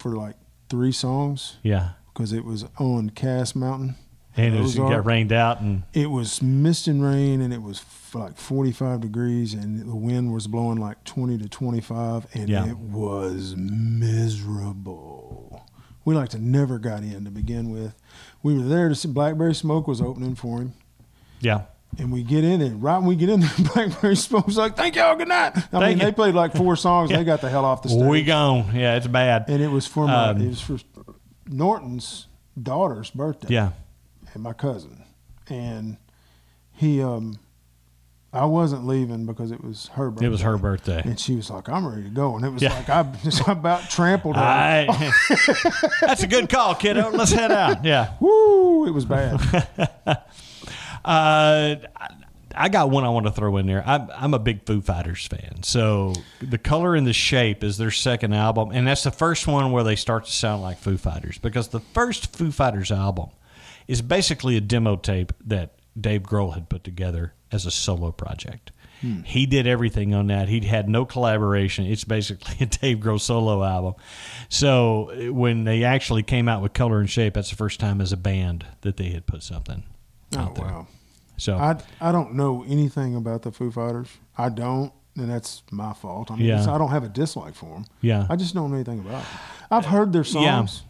for like three songs
yeah,
because it was on Cass Mountain.
and it, was, it
Ozark.
got rained out, and
It was mist and rain, and it was f- like 45 degrees, and the wind was blowing like 20 to 25, and
Yeah.
it was miserable. We like to never got in to begin with. We were there to see Blackberry Smoke was opening for him,
yeah,
and we get in there. Right when we get in there, Blackberry Smoke was like, "Thank y'all, good night." I mean,
you.
they played like four songs. They got the hell off the stage,
we gone. Yeah, it's bad.
and it was for my,
Um,
it was for Norton's daughter's birthday
yeah,
and my cousin, and he um, I wasn't leaving because it was her birthday.
it was her birthday.
and she was like, "I'm ready to go," and it was
Yeah.
like I just about trampled her.
I, that's a good call, kiddo. Let's head out. Yeah.
Woo! It was bad.
Uh, I- I got one I want to throw in there. I'm, I'm a big Foo Fighters fan. So, The Color and the Shape is their second album. And that's the first one where they start to sound like Foo Fighters because the first Foo Fighters album is basically a demo tape that Dave Grohl had put together as a solo project.
Hmm.
He did everything on that. He had no collaboration. It's basically a Dave Grohl solo album. So, eh, when they actually came out with Color and Shape, that's the first time as a band that they had put something
oh
out there.
wow!
So
I I don't know anything about the Foo Fighters. I don't, and that's my fault. I mean,
Yeah.
it's- I don't have a dislike for them.
Yeah.
I just don't know anything about them. I've heard their
Yeah.
songs,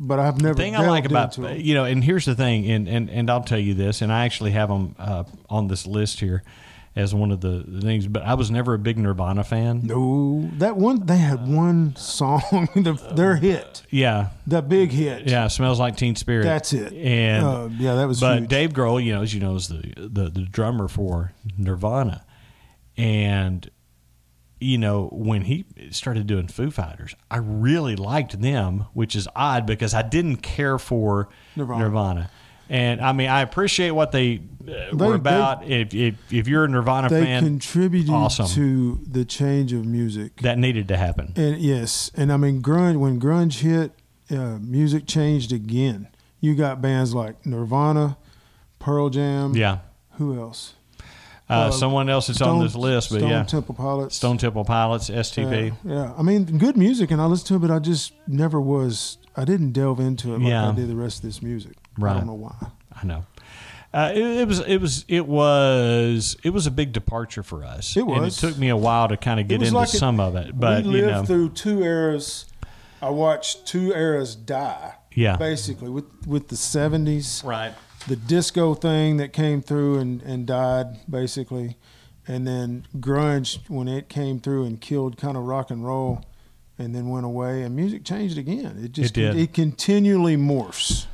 but I've never.
The thing I like
delved
about
into 'em.
you know, and here's the thing, and and and I'll tell you this, and I actually have them uh, on this list here as one of the, the things. But I was never a big Nirvana fan.
no, that one they had one song, the, their hit,
Yeah,
the big hit.
yeah, smells like Teen Spirit.
That's it.
And
Uh, yeah, that was
But
huge.
Dave Grohl, you know, as you know, is the the, the drummer for Nirvana, and you know when he started doing Foo Fighters, I really liked them, which is odd because I didn't care for
Nirvana.
Nirvana. And I mean, I appreciate what they, uh,
They-
were about. if, if if you're a Nirvana
they
fan,
contributed
awesome.
to the change of music.
that needed to happen.
And yes, and I mean grunge. When grunge hit, uh, music changed again. You got bands like Nirvana, Pearl Jam.
Yeah.
Who else?
Uh, someone else that's on this list, but
Stone
yeah,
Temple Pilots. Uh,
Stone Temple Pilots, STP.
Yeah, yeah, I mean, good music, and I listened to it, but I just never was. I didn't delve into it like
Yeah.
I did the rest of this music. I
Right.
don't know why.
I know. Uh, it, it was it was it was it was a big departure for us.
It
And it
was.
took me a while to kind of
It
get
was
into
like it-
some of it, but
we
you
lived
know,
through two eras. I watched two eras die.
Yeah.
basically with with the seventies,
right?
the disco thing that came through and, and died basically, and then grunge when it came through and killed kind of rock and roll, and then went away and music changed again. It just
It did.
it continually morphs.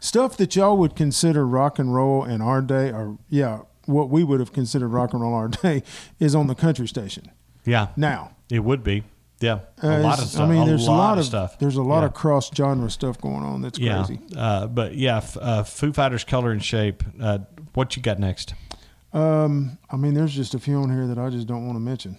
Stuff that y'all would consider rock and roll in our day, or yeah, what we would have considered rock and roll our day, is on the country station
Yeah,
now.
it would be. Yeah,
Uh,
a lot of
it's-
stuff.
I mean, there's a lot, of,
stuff.
There's a lot
Yeah.
of cross genre stuff going on. That's
yeah.
crazy.
Uh, but yeah, f- uh, Foo Fighters, Color and Shape. Uh, what you got next?
Um, I mean, there's just a few on here that I just don't want to mention.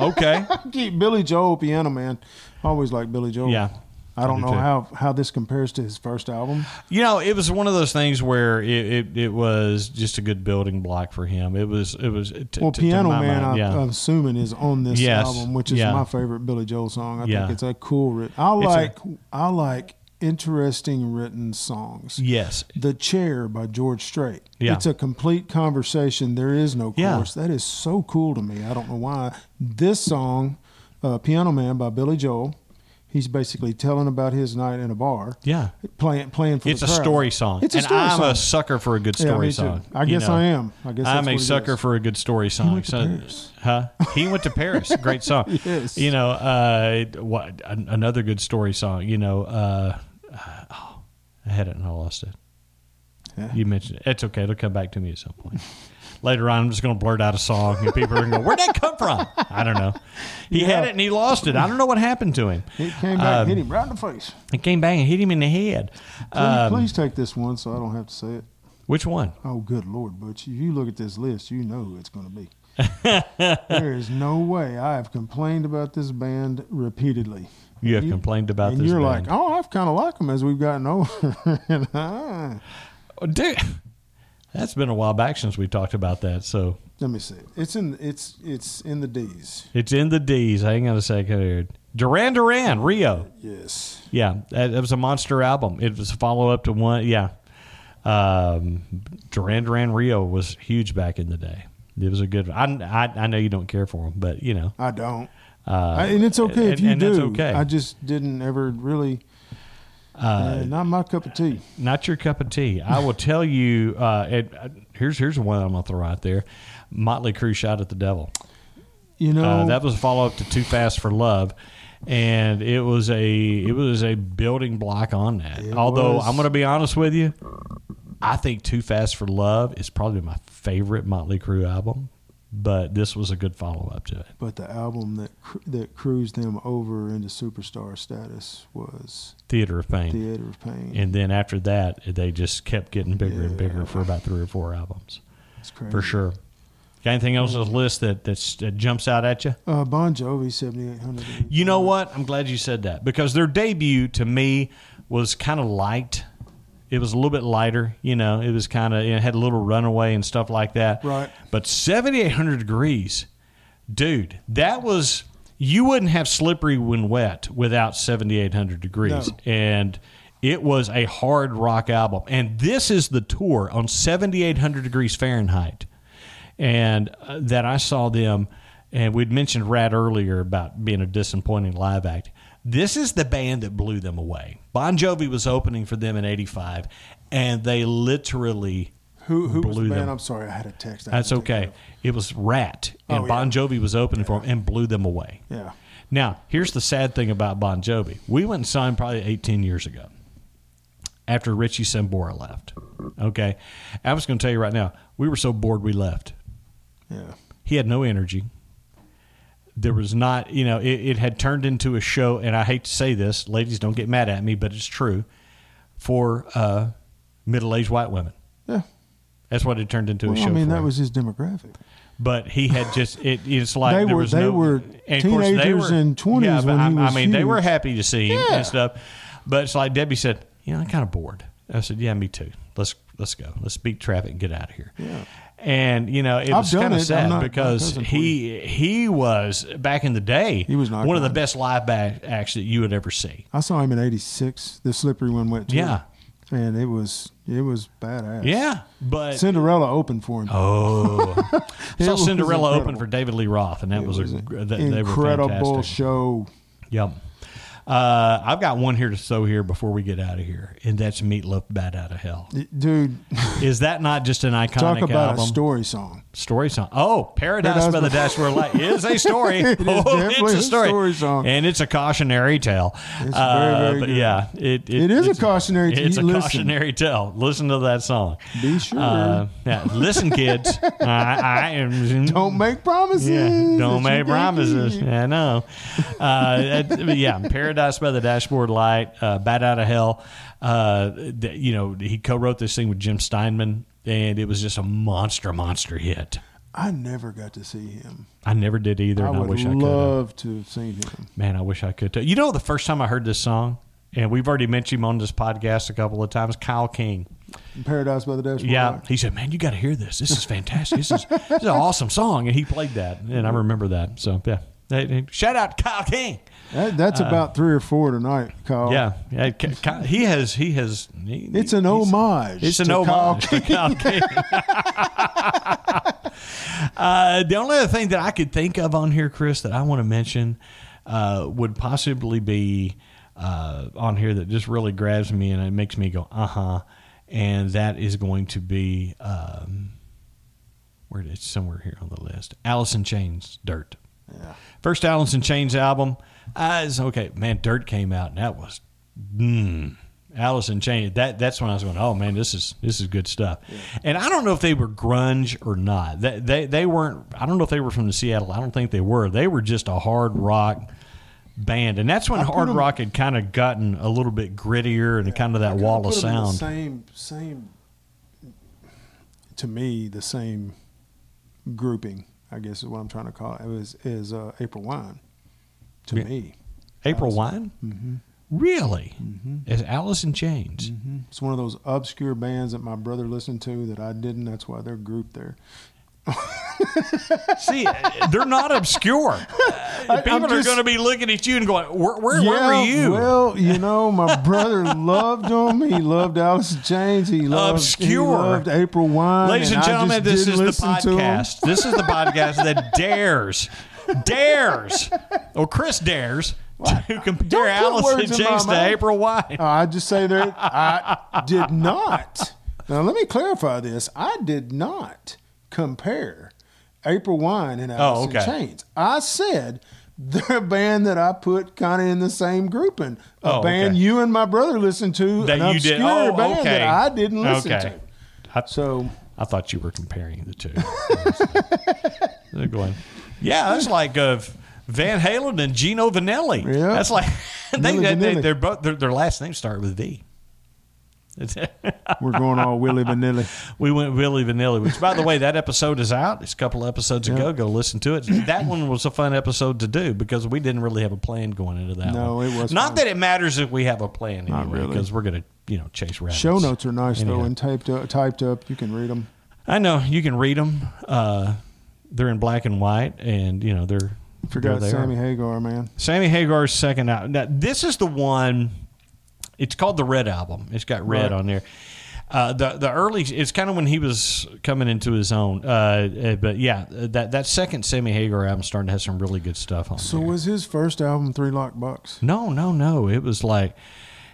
Okay,
Gee, Billy Joel, Piano Man. I always like Billy Joel.
Yeah.
I don't
I do
know
too.
how, how this compares to his first album.
you know, it was one of those things where it, it, it was just a good building block for him. It was it was t-
Well,
t- to
Piano
my
Man,
mind,
I,
yeah.
I'm assuming, is on this
Yes,
album, which is
yeah.
my favorite Billy Joel song. I
Yeah.
think it's a cool written. I
It's a-
like I like interesting written songs.
yes,
The Chair by George Strait.
Yeah.
It's a complete conversation. There is no
Yeah.
chorus. That is so cool to me. I don't know why. This song, uh, Piano Man by Billy Joel, He's basically telling about his night in a bar,
Yeah.
playing playing for
It's
the
a
crowd.
story song.
It's a
and
story
I'm
song.
a sucker for a good
Yeah, me
story
too.
song.
I
you
guess
know.
I am. I guess that's
I'm
what
a
it
sucker
is.
for a good story song.
went to
So-
Paris.
Huh? He went to Paris. Great song.
Yes.
You know, uh, what, an- another good story song. You know, uh, oh, I had it and I lost it.
Yeah.
You mentioned it. It's okay. It'll come back to me at some point. Later on, I'm just going to blurt out a song and people are going to go, Where'd that come from? I don't know. He had
Yeah.
it and he lost it. I don't know what happened to him.
It came back,
Um,
and hit him right in the face.
It came back and hit him in the head.
Please,
Um,
please take this one, so I don't have to say it.
Which one?
Oh, good lord, Butch! If you look at this list, you know who it's going to be. there is no way I have complained about this band repeatedly.
You have complained about
and
this.
you're like,
band.
oh, I've kind of liked them as we've gotten older. And, uh,
Oh, dude, that's been a while back since we talked about that. So
Let me see. It's in it's it's in the D's.
it's in the D's. Hang on a second here. Duran Duran, Rio.
Yes.
Yeah, that, that was a monster album. It was a follow up to one. Yeah, um, Duran Duran Rio was huge back in the day. It was a good. I, I, I know you don't care for them, but you know.
I don't.
Uh,
I- and it's okay if
and-
you
and
do.
that's okay.
I just didn't ever really. Uh, not my cup of tea.
not your cup of tea. I will tell you. Uh, it, uh, here's here's one I'm gonna throw out there. Motley Crue shot at the devil.
You know.
Uh, that was a follow up to Too Fast for Love, and it was a it was a building block on that.
It
Although
was.
I'm going to be honest with you, I think Too Fast for Love is probably my favorite Motley Crue album, but this was a good follow up to it.
but the album that cru- that cruised them over into superstar status was
Theater of Pain.
Theater of Pain.
And then after that, they just kept getting bigger and
Yeah.
bigger for about three or four albums,
It's crazy.
for sure. Got anything else on this list that that's, that jumps out at you?
Uh, bon Jovi, seventy eight hundred.
You know what? I'm glad you said that because their debut to me was kind of light. It was a little bit lighter, you know. It was kind of it had a little runaway and stuff like that.
Right.
But 7800 degrees, dude. That was you wouldn't have slippery when wet without 7800 degrees,
No.
and it was a hard rock album. And this is the tour on 7800 degrees Fahrenheit and uh, that I saw them, and we'd mentioned Rat earlier about being a disappointing live act. This is the band that blew them away. Bon Jovi was opening for them in '85, and they literally
Who who was the
blew
band?
them.
I'm sorry, I had a text. I
That's
had to take
okay. It was Rat, and
Oh, yeah.
Bon Jovi was opening for them and blew them away.
that. Yeah.
Now, here's the sad thing about Bon Jovi. We went and saw him probably 18 years ago after Richie Sambora left. Okay. I was going to tell you right now, we were so bored we left.
Yeah.
He had no energy. There was not, you know, it, it had turned into a show, and I hate to say this, ladies, don't get mad at me, but it's true for uh, middle aged white women.
Yeah.
That's what it turned into a
Well,
show.
I mean,
for
that
him.
was his demographic.
but he had just it. It's like
They
there
were-
was
they
no,
were
and of course, they
teenagers
were-
and 20s
Yeah, but
when
I,
he was
I mean, they were
huge.
happy to see him
Yeah.
and stuff. But it's like Debbie said, you know, I'm kind of bored. I said, yeah, me too. Let's let's go. Let's beat traffic and get out of here.
Yeah.
And you know, it
I've
was
done
kind of
it. I'm
sad
not- my
because
cousin
he he was back in the day.
He was not
one of the
good.
best live back acts that you would ever see.
I saw him in '86. The slippery one went. Tour,
Yeah.
And it was it was badass.
Yeah, but
Cinderella opened for him.
oh, I
It
saw
was
Cinderella open
incredible.
for David Lee Roth, and that was,
was
a
an
gr- that, they were
incredible
fantastic.
show.
Yep. Uh, I've got one here to throw here before we get out of here, and that's Meatloaf Bad Out of Hell.
Dude,
Is that not just an iconic
talk about
album?
a story song.
story song. Oh, Paradise,
Paradise
by the
by-
Dashboard Light is a story.
It is
Oh,
definitely
it's
a
a story.
story song.
And it's a cautionary tale.
It's
Uh,
very, very
but
good.
yeah, it,
It is a
it's-
cautionary tale.
It's a
Listen.
cautionary tale. Listen to that song.
Be sure.
Uh, yeah, listen, kids. I, I am.
don't make promises.
Yeah,
that
don't
you
make
can't
promises.
keep.
I know. Uh, that- but yeah, Paradise by the Dashboard Light, uh, Bat Out of Hell. Uh, th- you know, he co-wrote this thing with Jim Steinman, and it was just a monster, monster hit.
I never got to see him.
I never did either,
I
and I,
would
wish I could. have.
love to have seen him.
Man, I wish I could. too. You know, the first time I heard this song, and we've already mentioned him on this podcast a couple of times, Kyle King.
Paradise by the Dashboard.
Yeah,
Light.
he said, "Man, you got to hear this. This is fantastic. This is, this is an awesome song." And he played that, and I remember that. So yeah, Hey, hey, shout out Kyle King.
That, that's about three or four tonight, Kyle.
Uh, Yeah, yeah, K- Kyle- he has. He has. he-
It's an
he's-
homage.
It's an
to
homage
Kyle
to Kyle King. uh, the only other thing that I could think of on here, Chris, that I want to mention uh, would possibly be uh, on here that just really grabs me and it makes me go, uh huh. And that is going to be, um, where it is, somewhere here on the list Allison Chains, Dirt. First Allison Chains album. Uh, it's okay, man, Dirt came out and that was mm, Allison Chains. That that's when I was going, oh man, this is this is good stuff. And I don't know if they were grunge or not. They, they they weren't. I don't know if they were from the Seattle. I don't think they were. They were just a hard rock band, and that's when hard rock had kind of gotten a little bit grittier and kind of that wall of
Put 'em in the
sound.
Same, same. To me, the same grouping, I guess, is what I'm trying to call it. Is is uh, April Wine? To me,
April Wine,
Mm-hmm.
really? Is Allison Chains?
it's one of those obscure bands that my brother listened to that I didn't. That's why they're grouped there.
See, they're not obscure. People are
just-
going to be looking at you and going, "Where, where, where were you?"
Well, you know, my brother loved them. He loved Alice in Chains. He loved,
Obscure.
He loved April Wine.
Ladies and,
I just
gentlemen, this
didn't
is the
listen to 'em.
podcast. This is the podcast that dares, dares, or Chris dares to compare
put
Allison
words in my
James to
mouth.
April Wine.
Uh, I just say that I did not. Now let me clarify this. I did not compare April Wine and Alice in
Oh, okay.
Chains. I said they're a band that I put kind of in the same grouping. A
Oh, okay.
band you and my brother listened to.
That
an
you did-
obscure
oh,
band
okay.
that I didn't listen
Okay.
to. So
I thought you were comparing the two. They're going, yeah, that's like uh, Van Halen and Gino Vanelli.
Yeah.
that's like they,
Vanilli,
they, they,
Vanilli.
they're both their, their last names start with V.
we're going all willy vanilly.
We went Willy Vanilli, which, by the way, that episode is out. It's a couple of episodes ago. Go listen to it. That one was a fun episode to do because we didn't really have a plan going into that.
No,
one.
it was
not
fun.
that it matters if we have a plan anyway,
really.
because we're gonna you know chase rabbits.
Show notes are nice though,
Anyhow.
and typed up, typed up. You can read them.
I know you can read them. Uh, they're in black and white, and you know they're
Forgot
there they are.
Sammy Hagar, man.
Sammy Hagar's second album. Now, this is the one. It's called the Red Album. It's got red
Right.
on there. Uh, the the early it's kind of when he was coming into his own. Uh, uh, but yeah, that that second Sammy Hagar album starting to have some really good stuff on.
So
there.
was his first album Three Lock Bucks?
no, no, no. It was like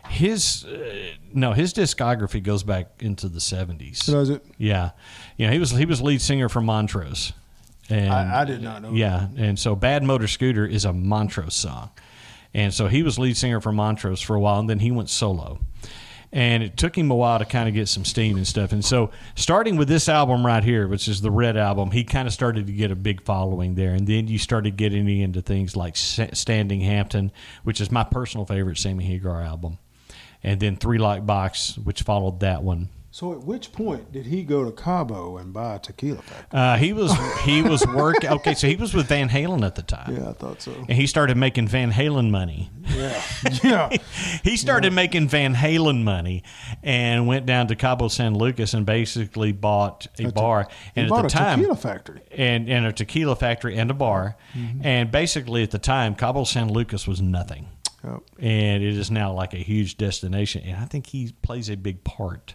his uh, no his discography goes back into the seventies.
Does it?
Yeah, you know he was he was lead singer for Montrose. And
I- I did not know
Mm-hmm. Yeah, and so Bad Motor Scooter is a Montrose song, and so he was lead singer for Montrose for a while, and then he went solo. And it took him a while to kind of get some steam and stuff. And so, starting with this album right here, which is the Red album, he kind of started to get a big following there. And then you started getting into things like Sa- Standing Hampton, which is my personal favorite Sammy Hagar album, and then Three Lock Box, which followed that one.
So at which point did he go to Cabo and buy a tequila factory?
Uh, he was he was work okay, so he was with Van Halen at the time.
Yeah, I thought so.
And he started making Van Halen money.
Yeah, yeah.
He started making Van Halen money and went down to Cabo San Lucas and basically bought a bar.
He
And
bought
at the
a
time,
tequila factory. Mm-hmm.
and, and a tequila factory and a bar. And basically, at the time, Cabo San Lucas was nothing.
Yep.
And it is now like a huge destination. And I think he plays a big part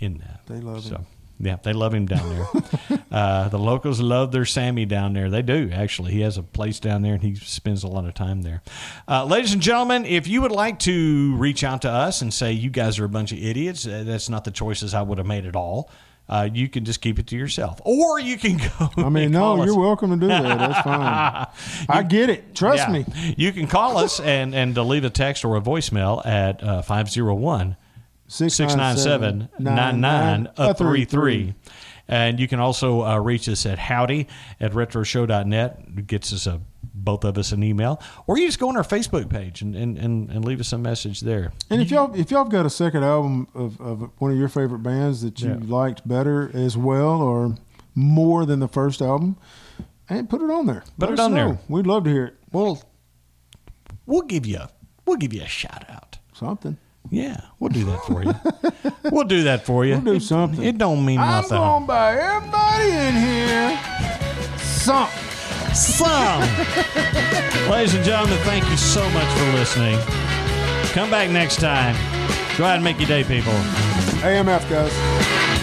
in that.
They love him.
Yeah, they love him down there. uh, the locals love their Sammy down there. They do, actually. He has a place down there and he spends a lot of time there. Uh, ladies and gentlemen, if you would like to reach out to us and say, you guys are a bunch of idiots, uh, that's not the choices I would have made at all. Uh, you can just keep it to yourself, or you can go.
I mean,
and
no,
call us.
you're welcome to do that. That's fine. I get it. Trust
Yeah.
me.
You can call us and and to leave a text or a voicemail at uh, 501 697 9933. And you can also uh, reach us at howdy at retroshow.net. It gets us a both of us an email, or you just go on our Facebook page and, and, and, and leave us a message there.
And if y'all if y'all got a second album of, of one of your favorite bands that you liked better as well or more than the first album, and put it on there.
Put
Let
it
us
on there.
know. We'd love to hear it.
We'll we'll give you a, we'll give you a shout out.
Something.
Yeah, we'll do that for you. we'll do that for you.
We'll do something.
It, don't mean
I'm
nothing.
gonna buy everybody in here something.
some. Ladies and gentlemen, thank you so much for listening. Come back next time. Go out and make your day, people.
AMF guys.